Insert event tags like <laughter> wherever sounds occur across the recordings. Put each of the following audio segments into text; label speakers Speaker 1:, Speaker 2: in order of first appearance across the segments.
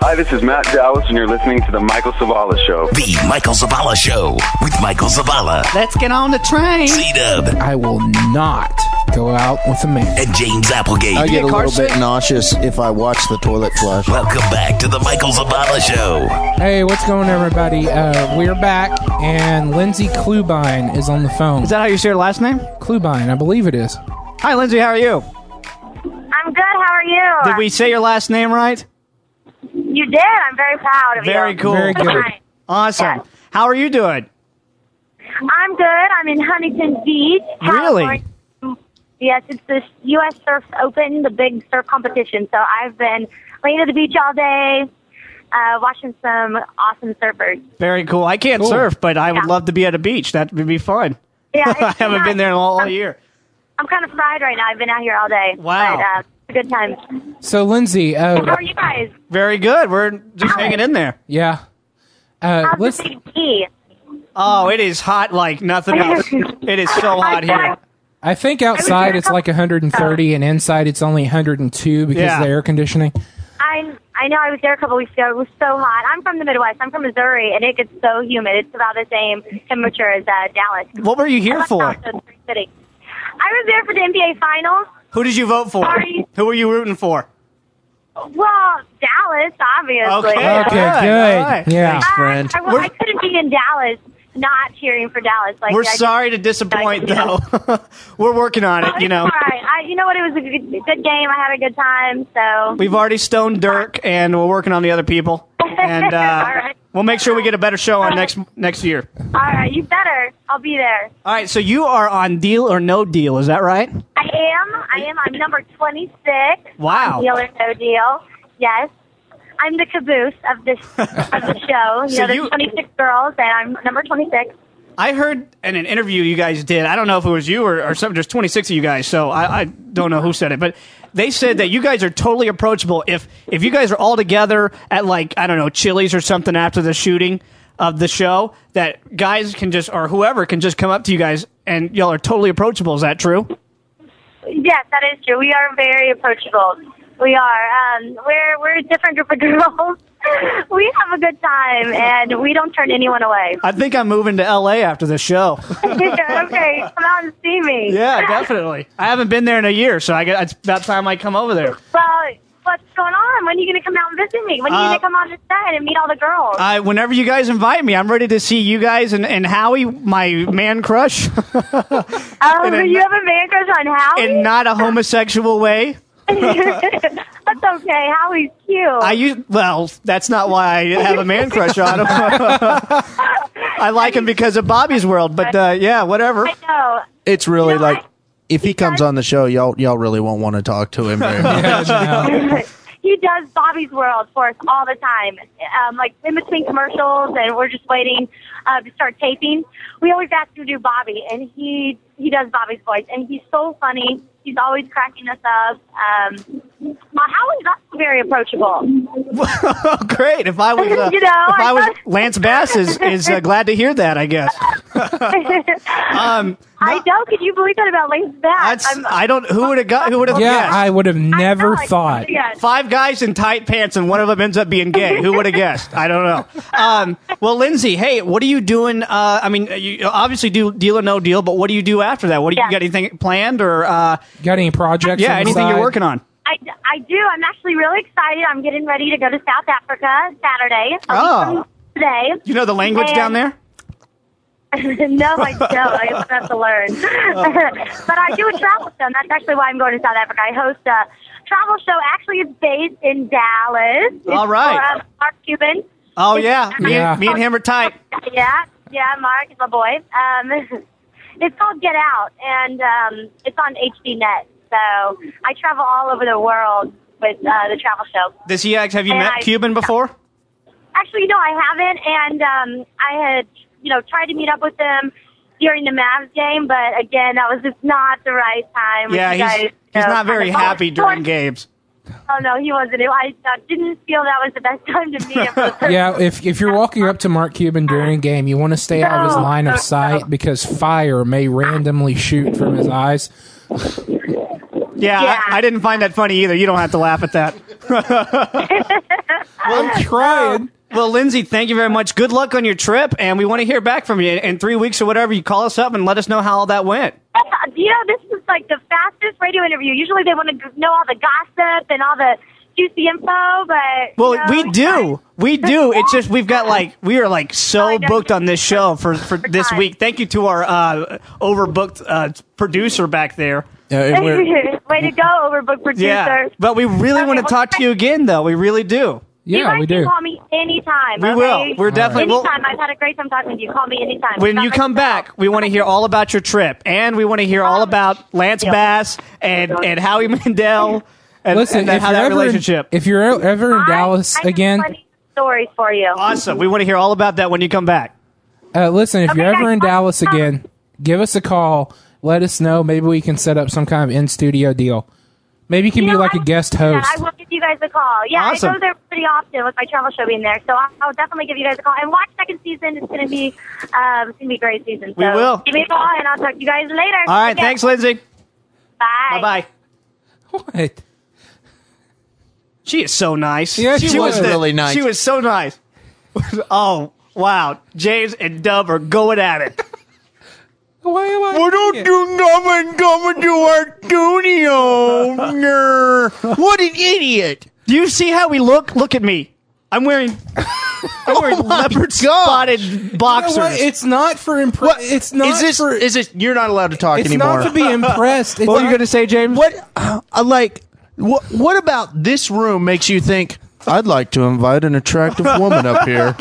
Speaker 1: Hi, this is Matt Dallas, and you're listening to The Michael Zavala Show.
Speaker 2: The Michael Zavala Show with Michael Zavala,
Speaker 3: Let's get on the train.
Speaker 2: C Dub,
Speaker 4: I will not go out with a man.
Speaker 2: and James Applegate.
Speaker 5: I get a little
Speaker 3: Carson?
Speaker 5: bit nauseous if I watch the toilet flush.
Speaker 2: Welcome back to The Michael Zavala Show.
Speaker 4: Hey, what's going on, everybody? Uh, we're back, and Lindsay Klubine is on the phone.
Speaker 3: Is that how you say your last name?
Speaker 4: Klubine? I believe it is.
Speaker 3: Hi, Lindsay. How are you?
Speaker 6: I'm good. How are you?
Speaker 3: Did we say your last name right?
Speaker 6: You did. I'm very proud of
Speaker 3: Very
Speaker 6: you.
Speaker 3: cool.
Speaker 4: Very good.
Speaker 6: Hi.
Speaker 3: Awesome. How are you doing?
Speaker 6: I'm good. I'm in Huntington Beach.
Speaker 3: Really?
Speaker 6: California. Yes, it's the U.S. Surf Open, the big surf competition. So I've been laying at the beach all day, uh, watching some awesome surfers.
Speaker 3: Very cool. I can't
Speaker 4: Cool.
Speaker 3: surf, but I would
Speaker 6: Yeah.
Speaker 3: love to be at a beach. That would be fun. <laughs>
Speaker 6: Yeah,
Speaker 3: I
Speaker 6: it's
Speaker 3: haven't
Speaker 6: nice.
Speaker 3: been there in all, all
Speaker 6: I'm-
Speaker 3: year.
Speaker 6: I'm kind of fried right now. I've been out here all day.
Speaker 3: Wow.
Speaker 6: But, uh, it's a good time.
Speaker 4: So, Lindsay,
Speaker 6: How
Speaker 4: uh,
Speaker 6: are you guys?
Speaker 3: Very good. We're just hanging in there.
Speaker 4: yeah. Uh,
Speaker 6: How's
Speaker 4: let's,
Speaker 6: the big E?
Speaker 3: Oh, it is hot like nothing
Speaker 6: <laughs>
Speaker 3: else. it is so hot here.
Speaker 4: I think outside it's like 130, and inside it's only 102 because
Speaker 3: Yeah.
Speaker 4: of the air conditioning.
Speaker 6: I I know I was there a couple weeks ago. It was so hot. I'm from the Midwest. I'm from Missouri, and it gets so humid. It's about the same temperature as uh, Dallas.
Speaker 3: What were you here for?
Speaker 6: I was there for the NBA Finals.
Speaker 3: Who did you vote for?
Speaker 6: Sorry.
Speaker 3: Who were you rooting for?
Speaker 6: Well, Dallas, obviously.
Speaker 3: Okay.
Speaker 4: Okay,
Speaker 3: Yeah,
Speaker 4: good.
Speaker 3: all right.
Speaker 4: Yeah.
Speaker 6: I,
Speaker 5: friend.
Speaker 6: I, I couldn't be in Dallas not cheering for Dallas. Like
Speaker 3: We're
Speaker 6: I just-
Speaker 3: sorry to disappoint,
Speaker 6: Yeah.
Speaker 3: though. <laughs> we're working on
Speaker 6: It's
Speaker 3: it, you know.
Speaker 6: all right. I, you know what? It was a good, good game. I had a good time. So
Speaker 3: We've already stoned Dirk, and we're working on the other people. And uh,
Speaker 6: <laughs> All right.
Speaker 3: we'll make sure we get a better show on next next year.
Speaker 6: all right, you better. I'll be there.
Speaker 3: All right, so you are on Deal or No Deal, is that right?
Speaker 6: I am. I am. I'm number 26.
Speaker 3: Wow.
Speaker 6: Deal or No Deal. Yes. I'm the caboose of this
Speaker 3: <laughs>
Speaker 6: of the show. You
Speaker 3: So
Speaker 6: know, there's
Speaker 3: you-
Speaker 6: 26 girls, and I'm number 26.
Speaker 3: I heard in an interview you guys did. I don't know if it was you or, or something. There's 26 of you guys, so I, I don't know who said it, but they said that you guys are totally approachable. If if you guys are all together at like I don't know Chili's or something after the shooting of the show, that guys can just or whoever can just come up to you guys and y'all are totally approachable. Is that true?
Speaker 6: Yes, that is true. We are very approachable. We are. Um, we're we're a different group of girls. <laughs> we have a good time, and we don't turn
Speaker 3: <laughs>
Speaker 6: anyone away.
Speaker 3: I think I'm moving to L.A. after the show.
Speaker 6: okay, come out and see
Speaker 3: <laughs>
Speaker 6: me.
Speaker 3: yeah, definitely. I haven't been there in a year, so I guess it's about time I come over there.
Speaker 6: Well, what's going on? When are you going to come out and visit me? When are you
Speaker 3: Uh,
Speaker 6: going to come on the set and meet all the girls?
Speaker 3: Uh, whenever you guys invite me, I'm ready to see you guys and, and Howie, my man <laughs> crush.
Speaker 6: oh,
Speaker 3: in a-
Speaker 6: you have a man crush on Howie?
Speaker 3: in not a homosexual way.
Speaker 6: <laughs> That's okay. Howie's cute.
Speaker 3: I use well, that's not why I have a man crush on him. <laughs> I like him because of Bobby's World, but uh, yeah, whatever.
Speaker 6: I know.
Speaker 5: It's really
Speaker 6: You know,
Speaker 5: like
Speaker 6: I-
Speaker 5: if he comes on the show, y'all y'all really won't want to talk to him very much. <laughs>
Speaker 6: <laughs> he does Bobby's World for us all the time. Um, like in between commercials, and we're just waiting uh, to start taping. We always ask him to do Bobby, and he he does Bobby's voice, and he's so funny. He's always cracking us up. Um, well, Howie's also very approachable.
Speaker 3: Oh, great! If I was, <laughs> uh,
Speaker 6: You know,
Speaker 3: if I
Speaker 6: I
Speaker 3: was
Speaker 6: thought-
Speaker 3: Lance Bass is is uh, glad to hear that. I <laughs> guess. um,
Speaker 6: <laughs> I know. Could you believe that about Lance Bass?
Speaker 3: that's I don't who would have got who would have
Speaker 4: Yeah,
Speaker 3: guessed?
Speaker 4: I would have never
Speaker 6: I know, I
Speaker 4: thought.
Speaker 6: Yes.
Speaker 3: Five guys in tight pants, and one of them ends up being gay. Who would have guessed? I don't know. Um, well, Lindsay, hey, what are you doing? Uh, I mean, you obviously do deal or no deal, but what do you do after that? What do you
Speaker 6: Yeah.
Speaker 3: got? Anything planned or uh,
Speaker 4: Got any projects?
Speaker 3: yeah,
Speaker 4: on the
Speaker 3: anything you're
Speaker 4: side?
Speaker 3: working on?
Speaker 6: I, I do. I'm actually really excited. I'm getting ready to go to South Africa Saturday. a week
Speaker 3: Oh.
Speaker 6: from Today.
Speaker 3: You know the language
Speaker 6: And-
Speaker 3: down there?
Speaker 6: <laughs> no, I don't. I still have
Speaker 3: <laughs>
Speaker 6: to learn.
Speaker 3: Oh.
Speaker 6: <laughs> but I do a travel show, and that's actually why I'm going to South Africa. I host a travel show. Actually, it's based in Dallas. It's
Speaker 3: All right.
Speaker 6: For, um, Mark Cuban.
Speaker 3: Oh yeah, me,
Speaker 4: Yeah.
Speaker 3: And, me and him are tight.
Speaker 6: Yeah, yeah, Mark is my boy. Um, <laughs> it's called Get Out, and um, it's on HDNet. So I travel all over the world with uh, the travel show.
Speaker 3: Does he act? Have you
Speaker 6: And
Speaker 3: met
Speaker 6: I-
Speaker 3: Cuban before?
Speaker 6: Actually, no, I haven't. And um, I had, you know, tried to meet up with them during the Mavs game, but again, that was just not the right time. with
Speaker 3: Yeah,
Speaker 6: you
Speaker 3: he's
Speaker 6: guys,
Speaker 3: he's
Speaker 6: so
Speaker 3: not very
Speaker 6: <laughs> kind of-
Speaker 3: happy during games.
Speaker 6: Oh no, he wasn't. It- I, I didn't feel that was the best <laughs> time to meet
Speaker 3: <laughs>
Speaker 6: him. <laughs>
Speaker 4: Yeah, if if you're walking up to Mark Cuban during a game, you want to stay out of his
Speaker 6: No,
Speaker 4: line of
Speaker 6: no,
Speaker 4: sight
Speaker 6: no.
Speaker 4: because fire may randomly shoot from his eyes.
Speaker 3: Yeah,
Speaker 6: Yeah.
Speaker 3: I, I didn't find that funny either. You don't have to laugh at that.
Speaker 4: I'm trying.
Speaker 3: Well, Lindsay, thank you very much. Good luck on your trip, and we want to hear back from you in, in three weeks or whatever. You call us up and let us know how all that went.
Speaker 6: you know, this is like the fastest radio interview. Usually they want to know all the gossip and all the juicy info, but.
Speaker 3: Well,
Speaker 6: you know,
Speaker 3: we do, we do. It's just we've got like we are like
Speaker 6: Oh, I
Speaker 3: so
Speaker 6: know.
Speaker 3: booked on this show for for this
Speaker 6: time.
Speaker 3: week. Thank you to our uh, overbooked uh, producer back there.
Speaker 5: Yeah, and we're-
Speaker 6: <laughs> Way to go, Overbook producer.
Speaker 3: Yeah, but we really
Speaker 6: Okay,
Speaker 3: want to
Speaker 6: well,
Speaker 3: talk to you again, though. We really do.
Speaker 6: you
Speaker 4: Yeah,
Speaker 6: guys
Speaker 4: we
Speaker 6: can
Speaker 4: do.
Speaker 6: call me anytime.
Speaker 3: We
Speaker 6: okay?
Speaker 3: will. We're definitely. we'll-
Speaker 6: Anytime. I've had a great time talking to you. Call me anytime.
Speaker 3: when
Speaker 6: Got
Speaker 3: you
Speaker 6: my
Speaker 3: come
Speaker 6: cell.
Speaker 3: back, we want to hear all about your trip, and we want to hear
Speaker 6: Oh,
Speaker 3: all about Lance Bass and and Howie Mandel, and,
Speaker 4: Listen,
Speaker 3: and that-
Speaker 4: if
Speaker 3: how
Speaker 4: you're
Speaker 3: that
Speaker 4: ever
Speaker 3: relationship.
Speaker 4: in, if you're e- ever in
Speaker 6: I-
Speaker 4: Dallas
Speaker 6: I have
Speaker 4: again,
Speaker 6: plenty of stories for you.
Speaker 3: awesome. We want to hear all about that when you come back.
Speaker 4: uh, listen, if
Speaker 6: Okay,
Speaker 4: you're ever
Speaker 6: guys,
Speaker 4: in
Speaker 6: bye.
Speaker 4: Dallas again, give us a call. Let us know. Maybe we can set up some kind of in studio deal. Maybe you can
Speaker 6: You
Speaker 4: be
Speaker 6: know,
Speaker 4: like a
Speaker 6: I will
Speaker 4: guest
Speaker 6: do that.
Speaker 4: host.
Speaker 6: I will give you guys a call. Yeah,
Speaker 3: Awesome.
Speaker 6: I go there pretty often with my travel show being there, so I'll, I'll definitely give you guys a call. And watch second season; it's going to be um, it's going to be a great season. So
Speaker 3: We will.
Speaker 6: Give me a call, and I'll talk to you guys later.
Speaker 3: All right,
Speaker 6: Okay.
Speaker 3: thanks, Lindsay.
Speaker 6: Bye.
Speaker 3: Bye bye.
Speaker 4: <laughs> What?
Speaker 3: She is so nice.
Speaker 4: Yeah, she was
Speaker 5: really nice.
Speaker 3: She was so nice. <laughs> oh wow, James and Dub are going at it.
Speaker 4: Why am I?
Speaker 5: you come and come to our studio? Grr. What an idiot!
Speaker 3: Do you see how we look? Look at me. I'm wearing.
Speaker 4: <laughs>
Speaker 3: I'm wearing leopard spotted
Speaker 4: Oh You
Speaker 3: boxers.
Speaker 4: know what? It's not for impre-
Speaker 5: What
Speaker 4: It's not
Speaker 5: Is this?
Speaker 4: for.
Speaker 5: is this? You're not allowed to talk
Speaker 4: It's
Speaker 5: anymore.
Speaker 4: not to
Speaker 5: <laughs>
Speaker 4: be impressed. It's
Speaker 3: what are you
Speaker 4: not-
Speaker 3: going to say, James?
Speaker 5: what? I like. What? What about this room makes you think? I'd like to invite an attractive woman up here.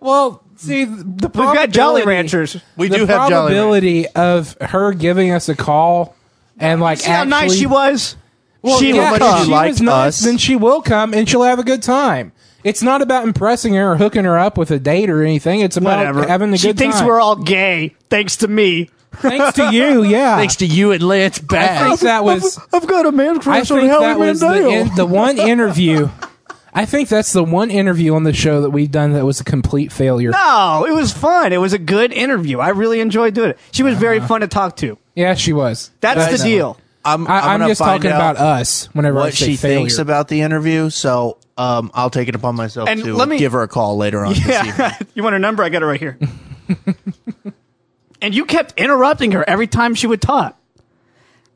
Speaker 4: Well, see, the
Speaker 3: We've got Jolly
Speaker 4: probability-
Speaker 3: Ranchers.
Speaker 5: We
Speaker 4: the
Speaker 5: do have Jolly Ranchers.
Speaker 4: probability of her giving us a call and like
Speaker 3: See how nice
Speaker 4: actually-
Speaker 3: she was.
Speaker 4: Well,
Speaker 3: she
Speaker 4: yeah,
Speaker 3: was.
Speaker 4: if
Speaker 5: come.
Speaker 4: she
Speaker 5: Liked
Speaker 4: was nice,
Speaker 5: us.
Speaker 4: then she will come and she'll have a good time. It's not about impressing her or hooking her up with a date or anything. It's about
Speaker 3: Whatever.
Speaker 4: having a
Speaker 3: she
Speaker 4: good
Speaker 3: thinks
Speaker 4: time.
Speaker 3: we're all gay, thanks to me.
Speaker 4: <laughs> Thanks to <laughs> you, yeah.
Speaker 5: <laughs> Thanks to you and Lance
Speaker 4: I
Speaker 5: Bass.
Speaker 4: think that was.
Speaker 3: I've got a man
Speaker 4: I think that was the, in, the one interview. I think that's the one interview on the show that we've done that was a complete failure.
Speaker 3: No, Oh, it was fun. It was a good interview. I really enjoyed doing it. She was
Speaker 4: Uh-huh.
Speaker 3: very fun to talk to.
Speaker 4: Yeah, she was.
Speaker 3: That's
Speaker 4: But
Speaker 3: the deal.
Speaker 5: I'm,
Speaker 4: I, I'm
Speaker 5: gonna
Speaker 4: just
Speaker 5: find
Speaker 4: talking
Speaker 5: out
Speaker 4: about us. Whenever I
Speaker 5: what
Speaker 4: say
Speaker 5: she
Speaker 4: failure.
Speaker 5: thinks about the interview. So um, I'll take it upon myself
Speaker 3: And
Speaker 5: to
Speaker 3: let me-
Speaker 5: give her a call later on. This evening.
Speaker 3: <laughs> Yeah. you want her number? I got it right here. and you kept interrupting her every time she would talk.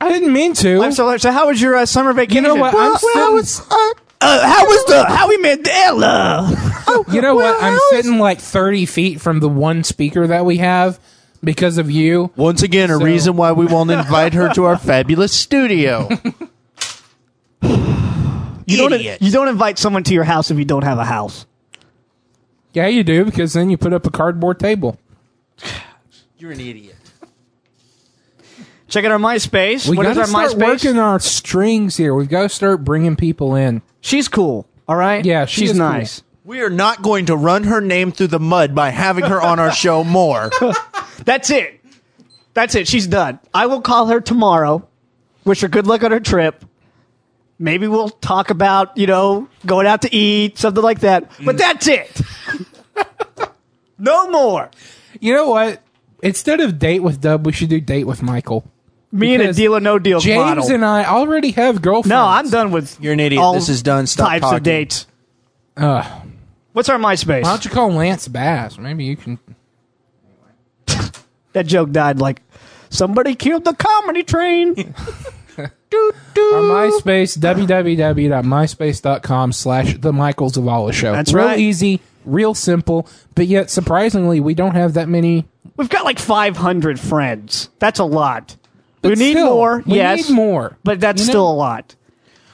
Speaker 4: I didn't mean to.
Speaker 3: I'm so, so how was your uh, summer vacation?
Speaker 4: know what? I'm
Speaker 3: Well,
Speaker 4: sitting-
Speaker 3: well, it's, uh, uh, how was the Howie Mandela?
Speaker 4: you know what? I'm
Speaker 3: Well,
Speaker 4: sitting like 30 feet from the one speaker that we have because of you.
Speaker 5: Once again, a
Speaker 4: So-
Speaker 5: reason why we won't invite her
Speaker 3: <laughs>
Speaker 5: to our fabulous studio. <sighs>
Speaker 3: You don't,
Speaker 5: Idiot.
Speaker 3: you don't invite someone to your house if you don't have a house.
Speaker 4: Yeah, you do because then you put up a cardboard table.
Speaker 5: You're an idiot.
Speaker 3: Check out our MySpace.
Speaker 4: We
Speaker 3: What is
Speaker 4: got to
Speaker 3: our
Speaker 4: start
Speaker 3: MySpace?
Speaker 4: working our strings here. We've got to start bringing people in.
Speaker 3: She's cool. All right.
Speaker 4: Yeah, she
Speaker 3: she's
Speaker 4: is cool.
Speaker 3: nice.
Speaker 5: We are not going to run her name through the mud by having her on our show more.
Speaker 3: That's it. That's it. She's done. I will call her tomorrow. Wish her good luck on her trip. Maybe we'll talk about you know going out to eat something like that. But that's it. no more.
Speaker 4: You know what? Instead of date with Dub, we should do date with Michael.
Speaker 3: Me and a
Speaker 4: Because
Speaker 3: deal or no deal
Speaker 4: James
Speaker 3: model.
Speaker 4: and I already have girlfriends.
Speaker 3: no, I'm done with.
Speaker 5: You're an idiot.
Speaker 3: all
Speaker 5: This is done. Stop
Speaker 3: types
Speaker 5: talking.
Speaker 3: of dates. What's our MySpace?
Speaker 4: Why don't you call Lance Bass? Maybe you can.
Speaker 3: that joke died like somebody killed the comedy train.
Speaker 4: Our MySpace, www.myspace.com slash The Michael Zavala Show.
Speaker 3: That's
Speaker 4: real
Speaker 3: right.
Speaker 4: easy, real simple, but yet surprisingly, we don't have that many.
Speaker 3: We've got like 500 friends. That's a lot. we
Speaker 4: But
Speaker 3: need
Speaker 4: still,
Speaker 3: more.
Speaker 4: we
Speaker 3: yes,
Speaker 4: need more.
Speaker 3: But that's
Speaker 4: You know?
Speaker 3: still a lot.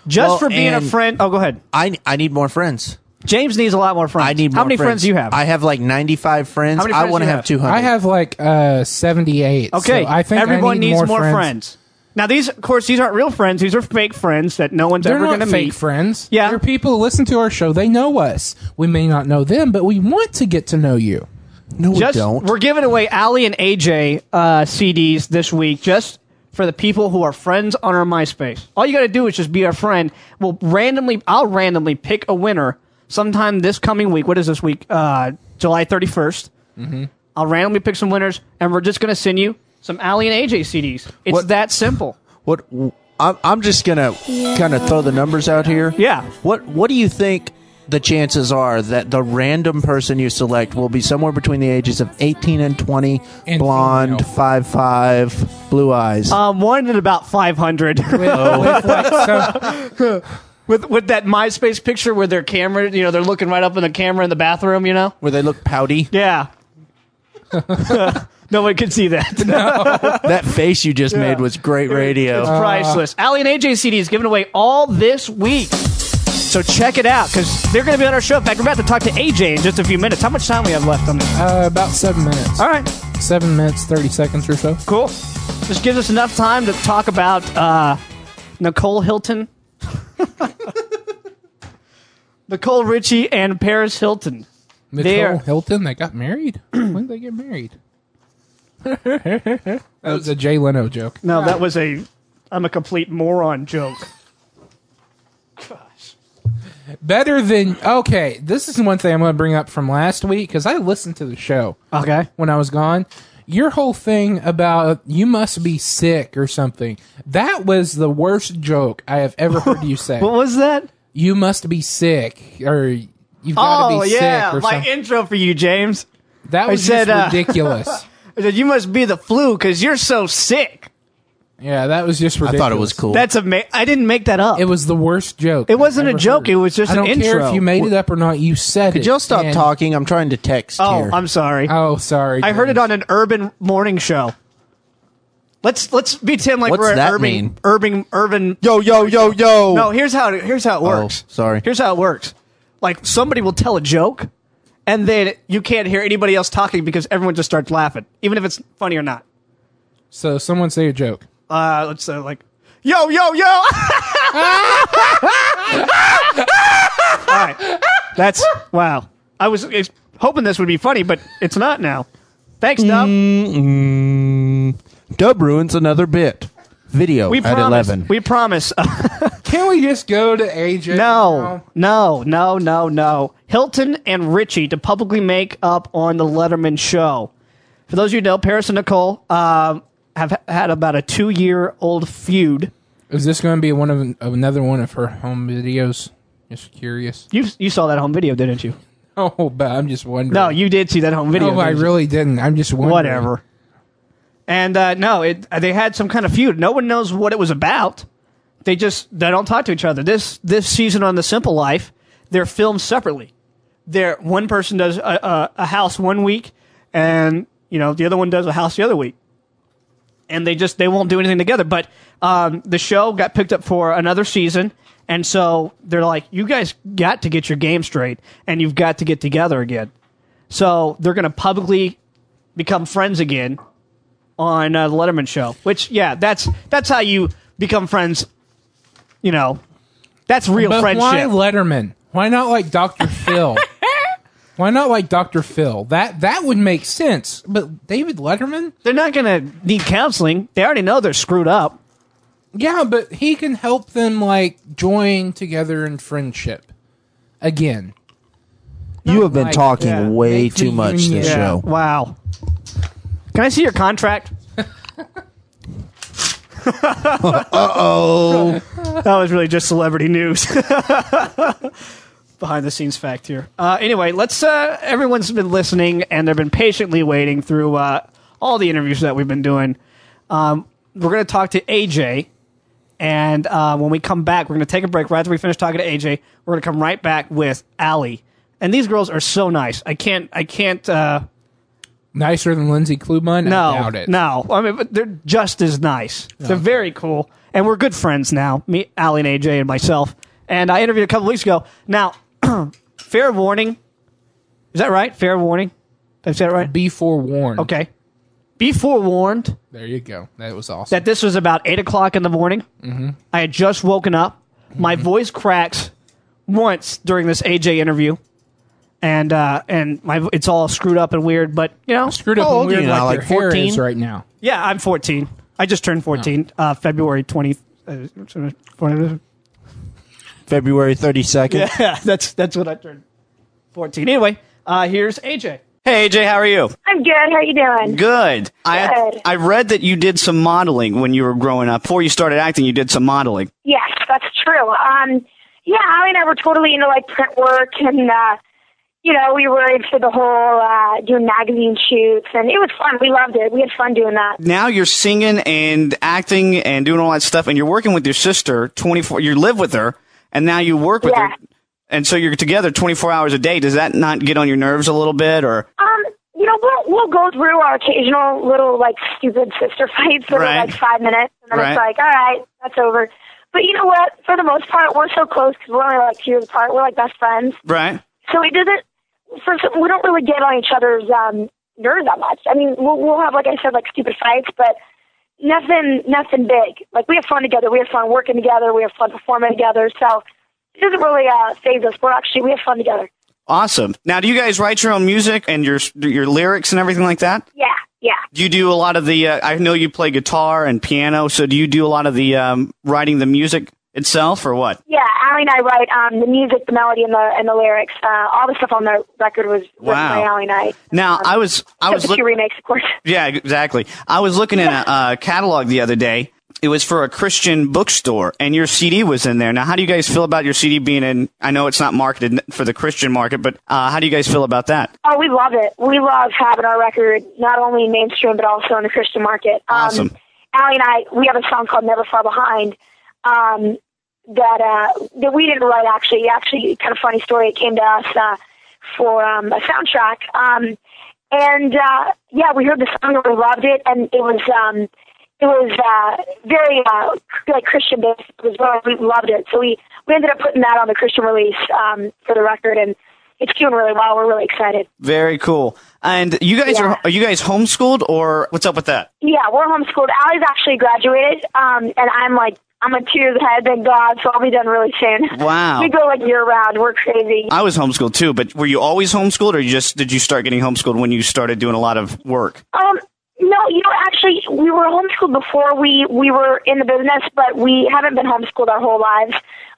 Speaker 3: Just
Speaker 5: Well,
Speaker 3: for being a
Speaker 5: and-
Speaker 3: friend. Oh, go ahead.
Speaker 5: <laughs> I, I need more friends.
Speaker 3: James needs a lot more friends.
Speaker 5: I need
Speaker 3: How
Speaker 5: more
Speaker 3: many friends.
Speaker 5: friends
Speaker 3: do you have?
Speaker 5: I have like 95 friends.
Speaker 3: How many
Speaker 5: I
Speaker 3: friends
Speaker 5: want
Speaker 3: do
Speaker 5: to
Speaker 3: you
Speaker 5: have,
Speaker 3: have?
Speaker 5: 200.
Speaker 4: I have like uh, 78.
Speaker 3: okay.
Speaker 4: so I think I
Speaker 3: everyone
Speaker 4: need
Speaker 3: needs
Speaker 4: more, friends.
Speaker 3: Now these, of course, these aren't real friends. These are fake friends that no one's
Speaker 4: They're
Speaker 3: ever
Speaker 4: not
Speaker 3: going to
Speaker 4: fake
Speaker 3: meet.
Speaker 4: friends.
Speaker 3: Yeah.
Speaker 4: They're people who listen to our show. They know us. We may not know them, but we want to get to know you.
Speaker 5: No,
Speaker 3: Just
Speaker 5: we don't.
Speaker 3: are giving away Ali and AJ uh, CDs this week just for the people who are friends on our MySpace. All you got to do is just be our friend. We'll randomly, I'll randomly pick a winner sometime this coming week. What is this week? Uh, July thirty Mm-hmm. I'll randomly pick some winners, and we're just going to send you some Ali and AJ CDs. It's
Speaker 5: What-
Speaker 3: that simple.
Speaker 5: What I'm I'm just gonna kind of throw the numbers out here.
Speaker 3: Yeah.
Speaker 5: What What do you think the chances are that the random person you select will be somewhere between the ages of 18 and 20,
Speaker 4: And
Speaker 5: blonde,
Speaker 4: female.
Speaker 5: five five, blue eyes?
Speaker 3: Um, one at about 500 <laughs>
Speaker 4: With, with like some,
Speaker 3: with with that MySpace picture where their camera, you know, they're looking right up in the camera in the bathroom, you know.
Speaker 5: Where they
Speaker 3: <laughs>
Speaker 5: look pouty.
Speaker 3: Yeah. no one could see that.
Speaker 5: That face you just made was great radio.
Speaker 3: It's priceless. Ali and AJ CD is giving away all this week. So check it out because they're going to be on our show. In fact, we're about to talk to AJ in just a few minutes. How much time we have left on this?
Speaker 4: uh, about seven minutes.
Speaker 3: All right,
Speaker 4: Seven minutes, 30 seconds or so.
Speaker 3: cool. This gives us enough time to talk about uh, Nicole Hilton, <laughs> Nicole Richie, and Paris Hilton.
Speaker 4: Nicole
Speaker 3: They're-
Speaker 4: Hilton, they got married. <clears throat> when did they get married? <laughs> that was a Jay Leno joke.
Speaker 3: No, that was a I'm a complete moron joke.
Speaker 4: Better than okay. This is one thing I'm going to bring up from last week because I listened to the show
Speaker 3: Okay.
Speaker 4: when I was gone. Your whole thing about you must be sick or something. That was the worst joke I have ever heard you say.
Speaker 3: <laughs> What was that?
Speaker 4: you must be sick or you've got to
Speaker 3: Oh
Speaker 4: be
Speaker 3: yeah,
Speaker 4: sick or
Speaker 3: my
Speaker 4: something.
Speaker 3: intro for you, James.
Speaker 4: that
Speaker 3: I
Speaker 4: was
Speaker 3: said,
Speaker 4: just
Speaker 3: uh, <laughs>
Speaker 4: ridiculous.
Speaker 3: I said, You must be the flu because you're so sick.
Speaker 4: yeah, that was just
Speaker 5: I
Speaker 4: ridiculous.
Speaker 5: thought it was cool.
Speaker 3: That's ama- I didn't make that up.
Speaker 4: It was the worst joke.
Speaker 3: It wasn't a
Speaker 4: I've ever
Speaker 3: joke, it was just
Speaker 4: I
Speaker 3: an
Speaker 4: don't care
Speaker 3: intro.
Speaker 4: if you made it up or not. You said it.
Speaker 5: Could y'all stop
Speaker 4: and-
Speaker 5: talking? I'm trying to text
Speaker 3: oh,
Speaker 5: here.
Speaker 3: I'm sorry.
Speaker 4: Oh, sorry.
Speaker 3: I heard it
Speaker 4: James.
Speaker 3: on an urban morning show. Let's let's pretend like
Speaker 5: What's
Speaker 3: we're at
Speaker 5: that
Speaker 3: urban,
Speaker 5: mean?
Speaker 3: urban urban.
Speaker 5: yo, yo, yo, yo.
Speaker 3: No, here's how it, here's how it works.
Speaker 5: sorry.
Speaker 3: Here's how it works. Like somebody will tell a joke, and then you can't hear anybody else talking because everyone just starts laughing, even if it's funny or not.
Speaker 4: So someone say a joke.
Speaker 3: Uh, let's say like, yo, yo, yo. <laughs> All right, that's wow. I was ex- hoping this would be funny, but it's not now. Thanks, Dub.
Speaker 5: Mm. Dub ruins another bit. Video
Speaker 3: we
Speaker 5: at
Speaker 3: promise.
Speaker 5: 11.
Speaker 3: We promise. <laughs>
Speaker 4: Can we just go to AJ?
Speaker 3: no, no, no, no, no. Hilton and Richie to publicly make up on the Letterman show. For those of you who know, Paris and Nicole um, have ha- had about a two-year-old feud.
Speaker 4: Is this going to be one of, of another one of her home videos? Just curious.
Speaker 3: You you saw that home video, didn't you?
Speaker 4: <laughs> Oh, but I'm just wondering.
Speaker 3: No, you did see that home video.
Speaker 4: Oh, I
Speaker 3: didn't you?
Speaker 4: really didn't. I'm just wondering.
Speaker 3: whatever. And uh, no, it, they had some kind of feud. No one knows what it was about. They just they don't talk to each other. This this season on The Simple Life, they're filmed separately. They're one person does a, a, a house one week, and you know the other one does a house the other week. And they just they won't do anything together. But um, the show got picked up for another season, and so they're like, you guys got to get your game straight, and you've got to get together again. So they're going to publicly become friends again on uh, the Letterman show. Which, yeah, that's that's how you become friends. You know, that's real
Speaker 4: But
Speaker 3: friendship.
Speaker 4: why Letterman? Why not
Speaker 3: <laughs>
Speaker 4: like Dr. Phil? Why not like Dr. Phil? That that would make sense. But David Letterman?
Speaker 3: they're not going to need counseling. They already know they're screwed up.
Speaker 4: Yeah, but he can help them like join together in friendship again.
Speaker 5: you have been
Speaker 4: Like,
Speaker 5: talking
Speaker 3: yeah,
Speaker 5: way
Speaker 4: make the
Speaker 5: too much
Speaker 4: union.
Speaker 5: this
Speaker 4: Yeah.
Speaker 5: show.
Speaker 3: Wow. Can I see your contract? <laughs>
Speaker 5: Oh,
Speaker 3: That was really just celebrity news. <laughs> Behind the scenes fact here. Uh, anyway, let's. Uh, everyone's been listening and they've been patiently waiting through uh, all the interviews that we've been doing. Um, we're going to talk to AJ, and uh, when we come back, we're going to take a break. Right after we finish talking to AJ, we're going to come right back with Allie. And these girls are so nice. I can't. I can't. Uh,
Speaker 4: Nicer than Lindsay Klubman?
Speaker 3: no,
Speaker 4: I doubt it.
Speaker 3: no. I mean, but they're just as nice. They're very cool, and we're good friends now. Me, Allie, and AJ, and myself. And I interviewed a couple weeks ago. Now, <clears throat> fair warning. Is that right? Fair warning. Is that right?
Speaker 4: Be forewarned.
Speaker 3: Okay. Be forewarned
Speaker 4: There you go. That was awesome.
Speaker 3: that this was about eight o'clock in the morning.
Speaker 4: Mm-hmm.
Speaker 3: I had just woken up. My voice cracks once during this AJ interview, and uh, and my it's all screwed up and weird. But you know,
Speaker 4: Screwed up
Speaker 5: How
Speaker 4: and
Speaker 5: old are
Speaker 4: weird
Speaker 5: you now,
Speaker 4: like,
Speaker 5: like
Speaker 4: your hair
Speaker 5: 14?
Speaker 4: is right now.
Speaker 3: Yeah, I'm 14. I just turned 14, uh, February 20th. Uh, 20
Speaker 5: February 32nd.
Speaker 3: yeah, that's that's what I turned 14. Anyway, uh, here's AJ.
Speaker 7: Hey, AJ, how are you?
Speaker 6: I'm good. How you doing?
Speaker 7: Good. I
Speaker 6: Good.
Speaker 7: I read that you did some modeling when you were growing up. Before you started acting, you did some modeling.
Speaker 6: Yes, that's true. Um, yeah, I and I were totally into like print work, and uh, you know, we were into the whole uh, doing magazine shoots, and it was fun. We loved it. We had fun doing that.
Speaker 7: Now you're singing and acting and doing all that stuff, and you're working with your sister 24. You live with her, and now you work with
Speaker 6: Yeah.
Speaker 7: her, and so you're together 24 hours a day. Does that not get on your nerves a little bit, or
Speaker 6: Um, you know, we'll we'll go through our occasional little like stupid sister <laughs> fights for
Speaker 7: Right.
Speaker 6: like five minutes, and then
Speaker 7: Right.
Speaker 6: it's like, all right, that's over. But you know what? For the most part, we're so close because we're only like two years apart. We're like best friends.
Speaker 7: right?
Speaker 6: So it doesn't. For some, we don't really get on each other's um, nerves that much. I mean, we'll, we'll have like I said, like stupid fights, but nothing, nothing big. Like we have fun together. We have fun working together. We have fun performing together. So it doesn't really uh, phase us. We're actually we have fun together.
Speaker 7: Awesome. Now, do you guys write your own music and your your lyrics and everything like that?
Speaker 6: Yeah, yeah.
Speaker 7: Do you do a lot of the? Uh, I know you play guitar and piano, so do you do a lot of the um, writing the music itself, or what?
Speaker 6: Yeah, Allie and I write um, the music, the melody, and the and the lyrics. Uh, all the stuff on the record was written
Speaker 7: Wow.
Speaker 6: by Allie and I.
Speaker 7: Now,
Speaker 6: Um,
Speaker 7: I was I
Speaker 6: except
Speaker 7: was
Speaker 6: the <laughs>
Speaker 7: look-
Speaker 6: two remakes, of course.
Speaker 7: yeah exactly. I was looking in a, uh catalog the other day. It was for a Christian bookstore, and your CD was in there. Now, how do you guys feel about your CD being in? I know it's not marketed for the Christian market, but uh, how do you guys feel about that?
Speaker 6: Oh, we love it. We love having our record not only in mainstream but also in the Christian market. Um,
Speaker 7: Awesome.
Speaker 6: Allie and I, we have a song called "Never Far Behind" um, that uh, that we didn't write. Actually, actually, kind of funny story. It came to us uh, for um, a soundtrack, um, and uh, yeah, we heard the song and we loved it, and it was. Um, it was uh, very uh, like Christian based. It was well, we loved it, so we, we ended up putting that on the Christian release um, for the record, and it's doing really well. We're really excited.
Speaker 7: Very cool. And you guys
Speaker 6: Yeah.
Speaker 7: are are you guys homeschooled, or what's up with that?
Speaker 6: Yeah, we're homeschooled. Allie's actually graduated, um, and I'm like, I'm a two years ahead, thank God, so I'll be done really soon. <laughs>
Speaker 7: Wow.
Speaker 6: We go like year round. We're crazy.
Speaker 7: I was homeschooled too, but were you always homeschooled, or you just did you start getting homeschooled when you started doing a lot of work?
Speaker 6: Um, no, you know, actually, we were homeschooled before we we were in the business, but we haven't been homeschooled our whole lives.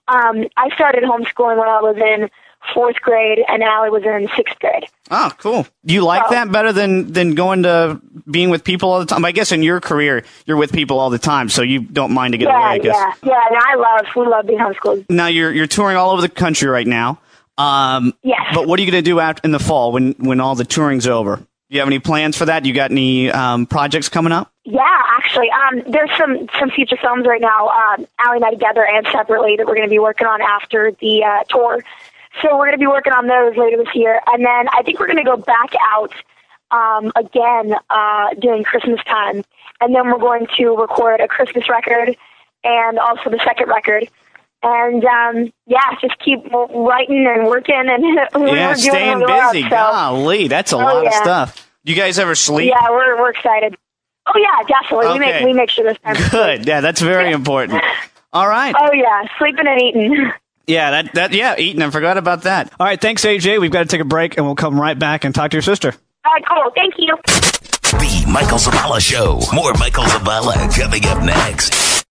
Speaker 6: Um, I started homeschooling when I was in fourth grade, and Allie was in sixth grade.
Speaker 7: Oh, cool. Do you like that better than than going to being with people all the time? I guess in your career, you're with people all the time, so you don't mind to get away.
Speaker 6: Yeah,
Speaker 7: I guess.
Speaker 6: yeah, yeah. And I love we love being homeschooled.
Speaker 7: Now you're you're touring all over the country right now. Um,
Speaker 6: Yes.
Speaker 7: But what are you going to do after in the fall when when all the touring's over? Do you have any plans for that? You got any um, projects coming up?
Speaker 6: Yeah, actually, um, there's some some future films right now, um, Allie and I together and separately that we're going to be working on after the uh, tour. So we're going to be working on those later this year, and then I think we're going to go back out um, again uh, during Christmas time, and then we're going to record a Christmas record and also the second record. And um, yeah, just keep writing and working and <laughs> we're
Speaker 7: yeah,
Speaker 6: doing
Speaker 7: staying
Speaker 6: really well,
Speaker 7: busy.
Speaker 6: so-
Speaker 7: Golly, that's a lot of
Speaker 6: yeah.
Speaker 7: stuff. Do you guys ever sleep?
Speaker 6: yeah, we're we're excited. Oh yeah, definitely. We
Speaker 7: Okay.
Speaker 6: make we make sure this time.
Speaker 7: <laughs> Good. Yeah, that's very important. All right.
Speaker 6: Oh yeah, sleeping and eating. <laughs>
Speaker 7: Yeah, that, that yeah, eating. I forgot about that. All right, thanks, AJ. We've got to take a break, and we'll come right back and talk to your sister.
Speaker 6: All right, cool. Thank you.
Speaker 2: The Michael Zavala Show. More Michael Zavala coming up next.